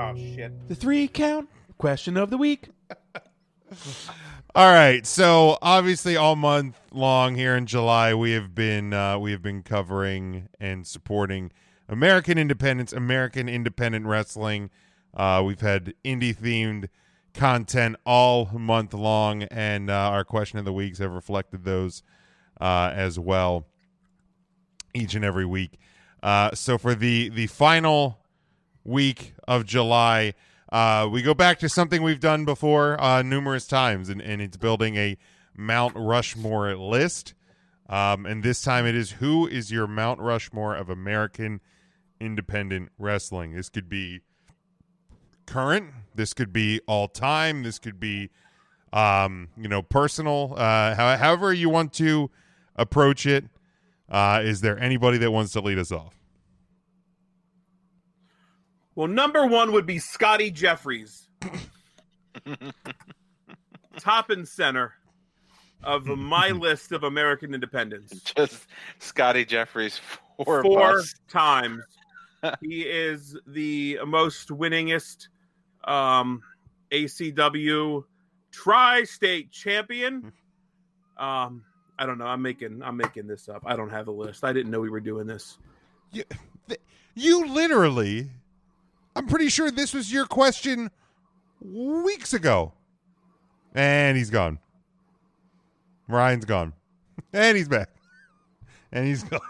Oh, The three count question of the week. All right. So obviously, all month long here in July, we have been uh, we have been covering and supporting American independence, American independent wrestling. Uh, we've had indie themed content all month long, and uh, our question of the weeks have reflected those uh, as well each and every week. Uh, so for the the final week of July. Uh, we go back to something we've done before uh, numerous times, and, and it's building a Mount Rushmore list. Um, and this time it is who is your Mount Rushmore of American independent wrestling? This could be current, this could be all time, this could be, um, you know, personal. Uh, how- however, you want to approach it. Uh, is there anybody that wants to lead us off? Well, number one would be Scotty Jeffries, top and center of my list of American independence. Just Scotty Jeffries four, Four busts. times. He is the most winningest um, ACW tri-state champion. Um, I don't know. I'm making I'm making this up. I don't have a list. I didn't know we were doing this. You, th- you literally, I'm pretty sure this was your question weeks ago. And he's gone. Ryan's gone. And he's back. And he's gone.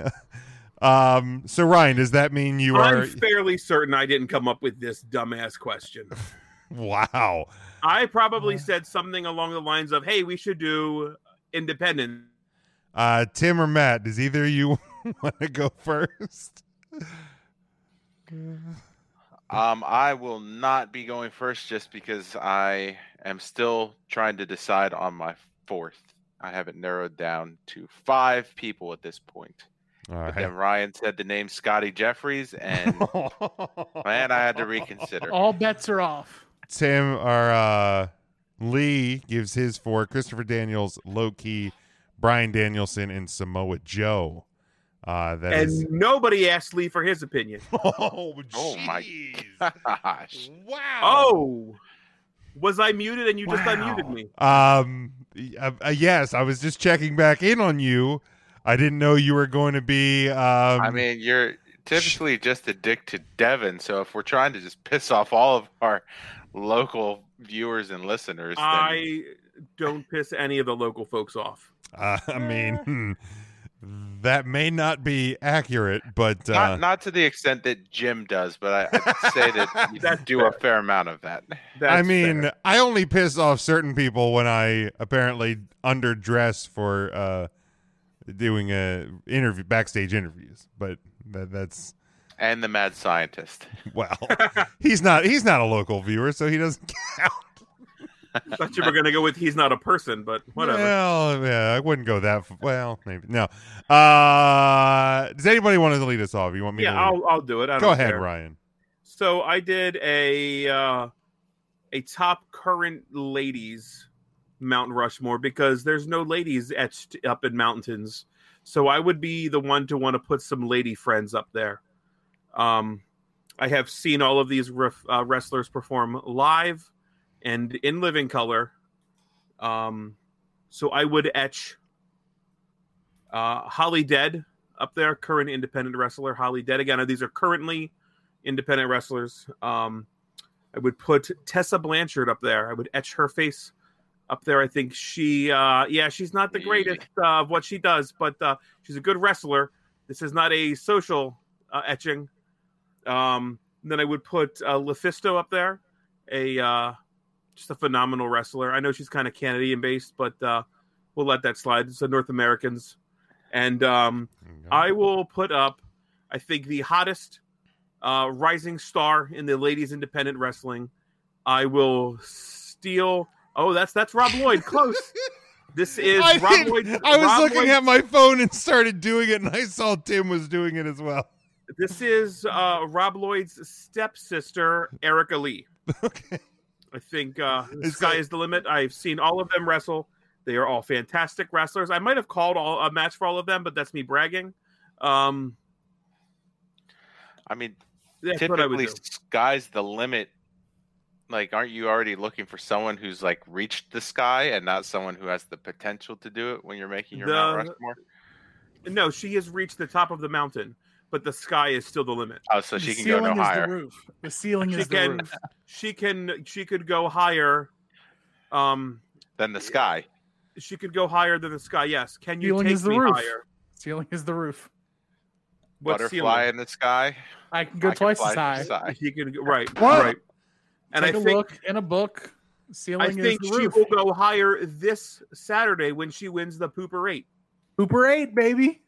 um, so, Ryan, does that mean you are. I'm fairly certain I didn't come up with this dumbass question. Wow. I probably said something along the lines of, "Hey, we should do independent." Uh, Tim or Matt, does either of you want to go first? Um, I will not be going first just because I am still trying to decide on my fourth. I have it narrowed down to five people at this point. All But then Ryan said the name Scotty Jeffries, and man, I had to reconsider. All bets are off. Tim or uh, Lee gives his four. Christopher Daniels, Loki, Brian Danielson, and Samoa Joe. Uh, that And is. nobody asked Lee for his opinion. Oh, Oh my jeez. Gosh. Wow. Oh, was I muted and you just unmuted me? Um. y- Uh, uh, yes, I was just checking back in on you. I didn't know you were going to be. Um, I mean, you're typically just a dick to Devin. So if we're trying to just piss off all of our local viewers and listeners, then I don't piss any of the local folks off. uh, I eh. mean, hmm, that may not be accurate, but not, uh, not to the extent that Jim does, but I, I'd say that you That's do a fair amount of that. That's I mean, fair. I only piss off certain people when I apparently underdress for uh, doing a interview backstage interviews. But that, that's And the mad scientist. well, he's not he's not a local viewer, so he doesn't. thought you were gonna go with he's not a person, but whatever. Well, uh, yeah, I wouldn't go that. F- well, maybe no. Uh, does anybody want to lead us off? You want me? yeah, to I'll I'll do it. I go don't ahead, care. Ryan. So I did a uh, a top current ladies Mount Rushmore because there's no ladies etched up in mountains. So I would be the one to want to put some lady friends up there. Um, I have seen all of these ref- uh, wrestlers perform live and in living color. Um, so I would etch uh, Holly Dead up there, current independent wrestler Holly Dead. Again, these are currently independent wrestlers. Um, I would put Tessa Blanchard up there. I would etch her face up there. I think she, uh, yeah, she's not the greatest uh, of what she does, but uh, she's a good wrestler. This is not a social uh, etching. Um, then I would put uh, Lefisto up there, a uh, just a phenomenal wrestler. I know she's kind of Canadian based, but uh, we'll let that slide. It's the North Americans, and um, I will put up, I think, the hottest uh, rising star in the ladies independent wrestling. I will steal. Oh, that's that's Rob Lloyd. Close. this is I Rob didn't- Lloyd. I was Rob looking Lloyd- at my phone and started doing it, and I saw Tim was doing it as well. This is uh, Rob Lloyd's stepsister, Erica Lee. Okay. I think uh, the It's sky like- is the limit. I've seen all of them wrestle. They are all fantastic wrestlers. I might have called all a match for all of them, but that's me bragging. Um, I mean, That's what I would typically do. sky's the limit. Like, aren't you already looking for someone who's like reached the sky and not someone who has the potential to do it when you're making your Mount The- Rushmore? No, she has reached the top of the mountain, but the sky is still the limit. Oh, so she the can go ceiling no is The higher. roof. The ceiling She is the can- roof. She can she could go higher. Um than the sky. she could go higher than the sky. Yes. Can you Ceiling take is the me roof. higher? Ceiling is the roof. What Butterfly in the sky. I can go I can twice fly to as the high. sky. ceiling? She could go- right. What? Right. And Take I a think look in a book. Ceiling I think is the she roof. will go higher this Saturday when she wins the pooper eight. Hooper eight, baby.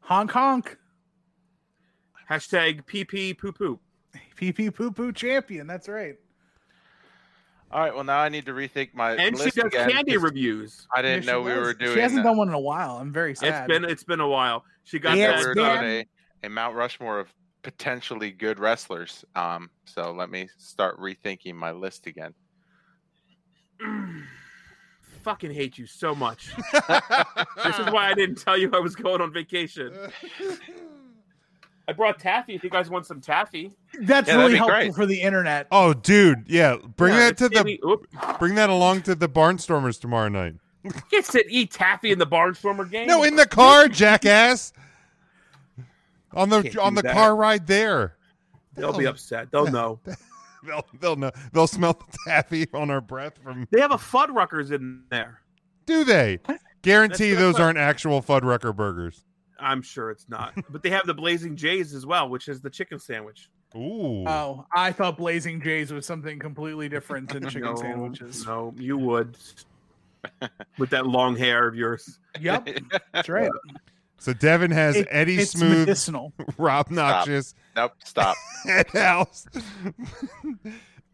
Honk honk. Hashtag PP poo poo. PP poo poo champion. That's right. All right. Well, now I need to rethink my And she list does again, candy 'cause reviews. I didn't There know she we was. were doing. She hasn't uh, done one in a while. I'm very It's sad. been it's been a while. She I got didn't know Yeah, we it's were that uh, been- doing a, a Mount Rushmore of potentially good wrestlers. Um. So let me start rethinking my list again. fucking hate you so much. this is why I didn't tell you I was going on vacation. I brought taffy. If you guys want some taffy, That's Yeah, that'd really be helpful great. for the internet. oh, dude, yeah. Bring Yeah, that to the Timmy- oop, bring that along to the Barnstormers tomorrow night. gets to eat taffy in the Barnstormer game. No, in the car, jackass. On Can't the do on the that. car ride there. they'll be upset. They'll know. They'll they'll know. They'll smell the taffy on our breath from. They have a Fuddruckers in there. Do they? Guarantee That's what I those thought. aren't actual Fuddrucker burgers. I'm sure it's not, but they have the Blazing Jays as well, which is the chicken sandwich. Ooh. Oh, I thought Blazing Jays was something completely different than chicken No, sandwiches. No, you would with that long hair of yours. Yep, that's right. So Devin has It- Eddie it's Smooth, medicinal. Rob Noxious, Nope. Stop. Ed House,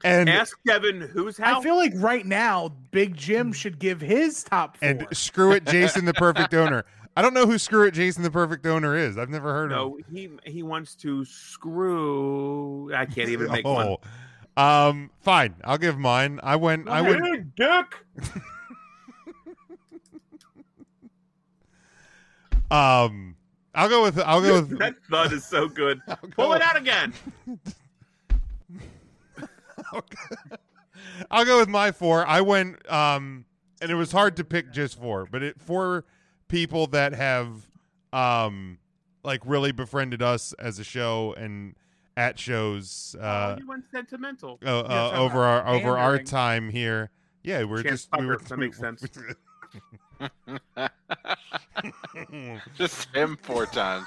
and Ask Kevin who's how. I feel like right now, Big Hmm. Jim should give his top four. and Screw It Jason the Perfect Owner. I don't know who Screw It Jason the Perfect Owner is. I've never heard of. no, he he wants to screw. I can't even make one. Oh. Um, fine. I'll give mine. I went. I went. Hey, Dick. Um, I'll go with. I'll go with. That thud is so good. I'll Pull go- it out again. I'll go with my four. I went, um, and it was hard to pick just four, but it four people that have, um, like really befriended us as a show and at shows, uh, oh, you went sentimental. uh, uh, talking over our over our pandering. time here. Yeah, we're Chance just we were, Tucker, that makes sense. Just him four times.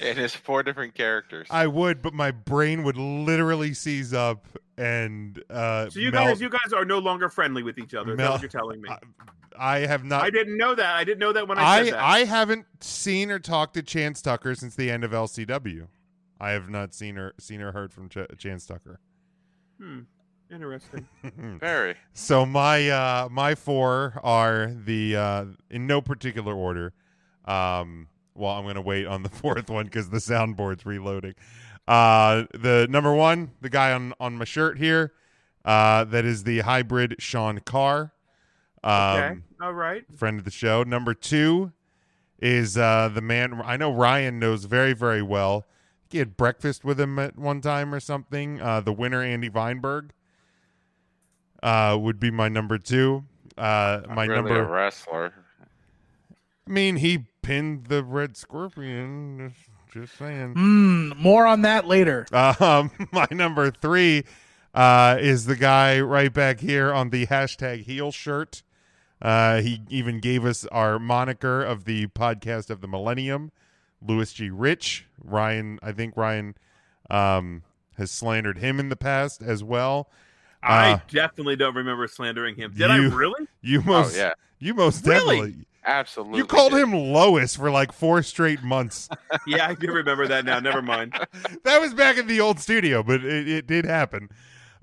and his four different characters. I would, but my brain would literally seize up and uh, So you melt. guys, you guys are no longer friendly with each other. That's Mel- what you're telling me. I- I have not. I didn't know that. I didn't know that when I, I, said that. I haven't seen or talked to Chance Tucker since the end of LCW. I have not seen her seen or heard from Ch- Chance Tucker. Hmm. Interesting. Very. so my uh, my four are the uh, in no particular order. Um, well, I'm gonna wait on the fourth one because the soundboard's reloading. Uh, the number one, the guy on on my shirt here, uh, that is the hybrid Sean Carr. Um, okay. All right. friend of the show. Number two is uh, the man I know Ryan knows very, very well. He had breakfast with him at one time or something. Uh, the winner, Andy Weinberg, uh, would be my number two. Uh, Not my really number. a wrestler. I mean, he pinned the Red Scorpion. Just, just saying. Mm, more on that later. Um, my number three uh, is the guy right back here on the hashtag heel shirt. Uh, he even gave us our moniker of the podcast of the millennium, Louis G. Rich. Ryan, I think Ryan um, has slandered him in the past as well. Uh, I definitely don't remember slandering him. Did I you- really? You most, Oh yeah. you most Really? definitely. Absolutely. You called did. him Lois for like four straight months. Yeah, I do remember that now. Never mind. that was back in the old studio, but it, it did happen.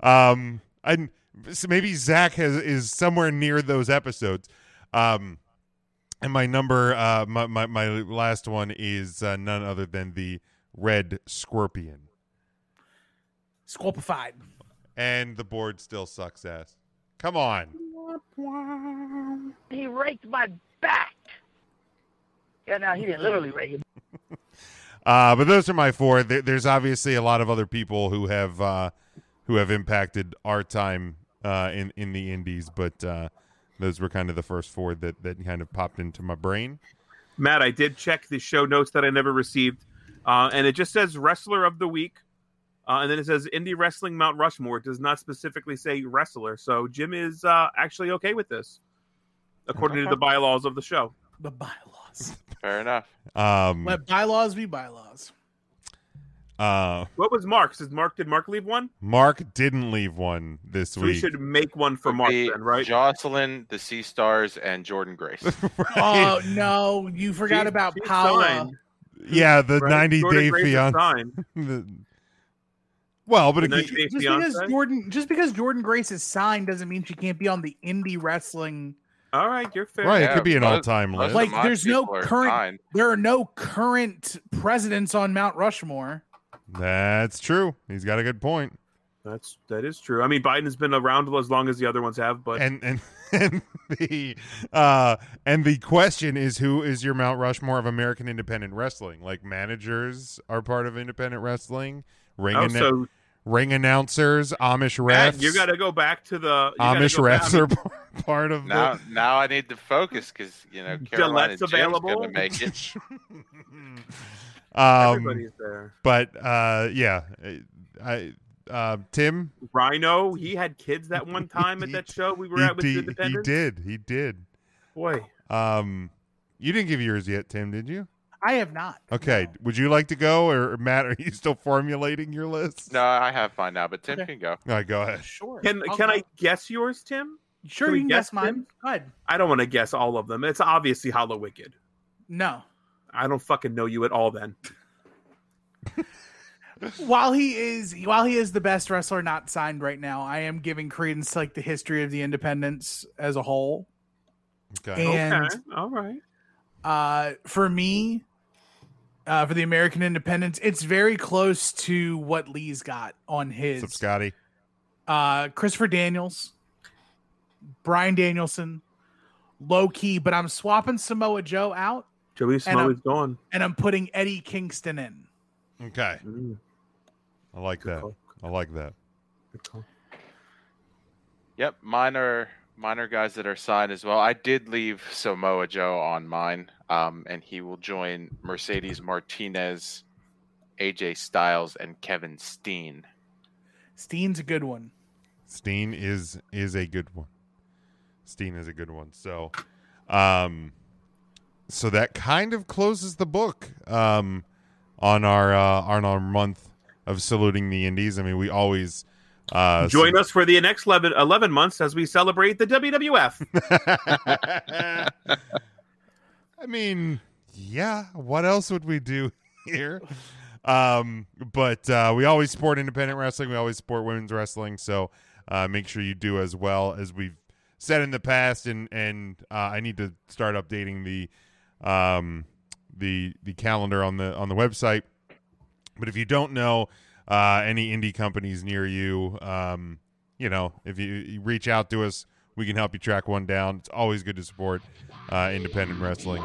Um, and so maybe Zach has is somewhere near those episodes. Um, and my number, uh, my my, my last one is uh, none other than the Red Scorpion, Sculpified. and the board still sucks ass. Come on, He raked my back. Yeah, now he didn't literally rake it. Uh, but those are my four. There, there's obviously a lot of other people who have uh, who have impacted our time uh, in in the indies, but uh, those were kind of the first four that that kind of popped into my brain. Matt, I did check the show notes that I never received, uh, and it just says wrestler of the week, uh, and then it says indie wrestling Mount Rushmore. It does not specifically say wrestler, so Jim is uh, actually okay with this, according to the bylaws of the show. The bylaws. Fair enough. Um, Let bylaws be bylaws. uh, What was Mark's? Is Mark did Mark leave one? Mark didn't leave one this So we week. should make one for Mark Be then, right? Jocelyn, the Sea Stars, and Jordan Grace. Right. Oh no, you forgot She- about she Paula. signed, yeah, the right? 90 Jordan day Grace is fiance. signed. well, but The it, 90 Day Just because Fiancé? Jordan, just because Jordan Grace is signed, doesn't mean she can't be on the indie wrestling. All right, you're fair. right, it Yeah, could be an most- all time Most list. of Like, my there's no people are current- fine. There are no current presidents on Mount Rushmore. That's true. He's got a good point. That's that is true. I mean, Biden's been around as long as the other ones have, but And and and the uh and the question is who is your Mount Rushmore of American independent wrestling? Like managers are part of independent wrestling, ring oh, annou- so ring announcers, Amish refs. Matt, you got to go back to the you gotta Amish go back- refs are p- part of Now, now I need to focus because you know Carolina Jim's available. gonna make it. the um Everybody's there. but uh yeah, I uh Tim Rhino, he had kids that one time at that show we were he, at with d- the he Independence. did. He did. Boy, Um you didn't give yours yet, Tim, did you? I have not. Okay. No. Would you like to go, or Matt? Are you still formulating your list? No, I have mine now, but Tim Okay. can go. All right, go ahead. Sure. Uh, can I'll can go. I guess yours, Tim? Sure, can we you can guess, guess mine. them? Go ahead. I don't want to guess all of them. It's obviously Hollow Wicked. No. I don't fucking know you at all. Then While he is while he is the best wrestler not signed right now, I am giving credence to like the history of the independents as a whole. Okay. And okay, all right. uh, for me, uh, for the American Independence, it's very close to what Lee's got on What's up, his. Scotty? Uh, Christopher Daniels, Brian Danielson, low key, but I'm swapping Samoa Joe out Joey um, Smolley's gone. and I'm putting Eddie Kingston in. Okay, Mm, I like good that. call, I like that. good call. Yep, mine are mine are guys that are signed as well. I did leave Samoa Joe on mine, um, and he will join Mercedes Martinez, AJ Styles, and Kevin Steen. Steen's a good one. Steen is is a good one. Steen is a good one. So, um, so that kind of closes the book. Um, on our uh, on our month of saluting the indies. I mean, we always uh Join us for the next 11, 11 months as we celebrate the WWF. I mean, yeah, what else would we do here? Um, but uh, we always support independent wrestling, we always support women's wrestling, so uh, make sure you do as well as we've said in the past and and uh, I need to start updating the um the the calendar on the on the website. But if you don't know uh, any indie companies near you, um, you know, if you, you reach out to us, we can help you track one down. It's always good to support uh, independent wrestling.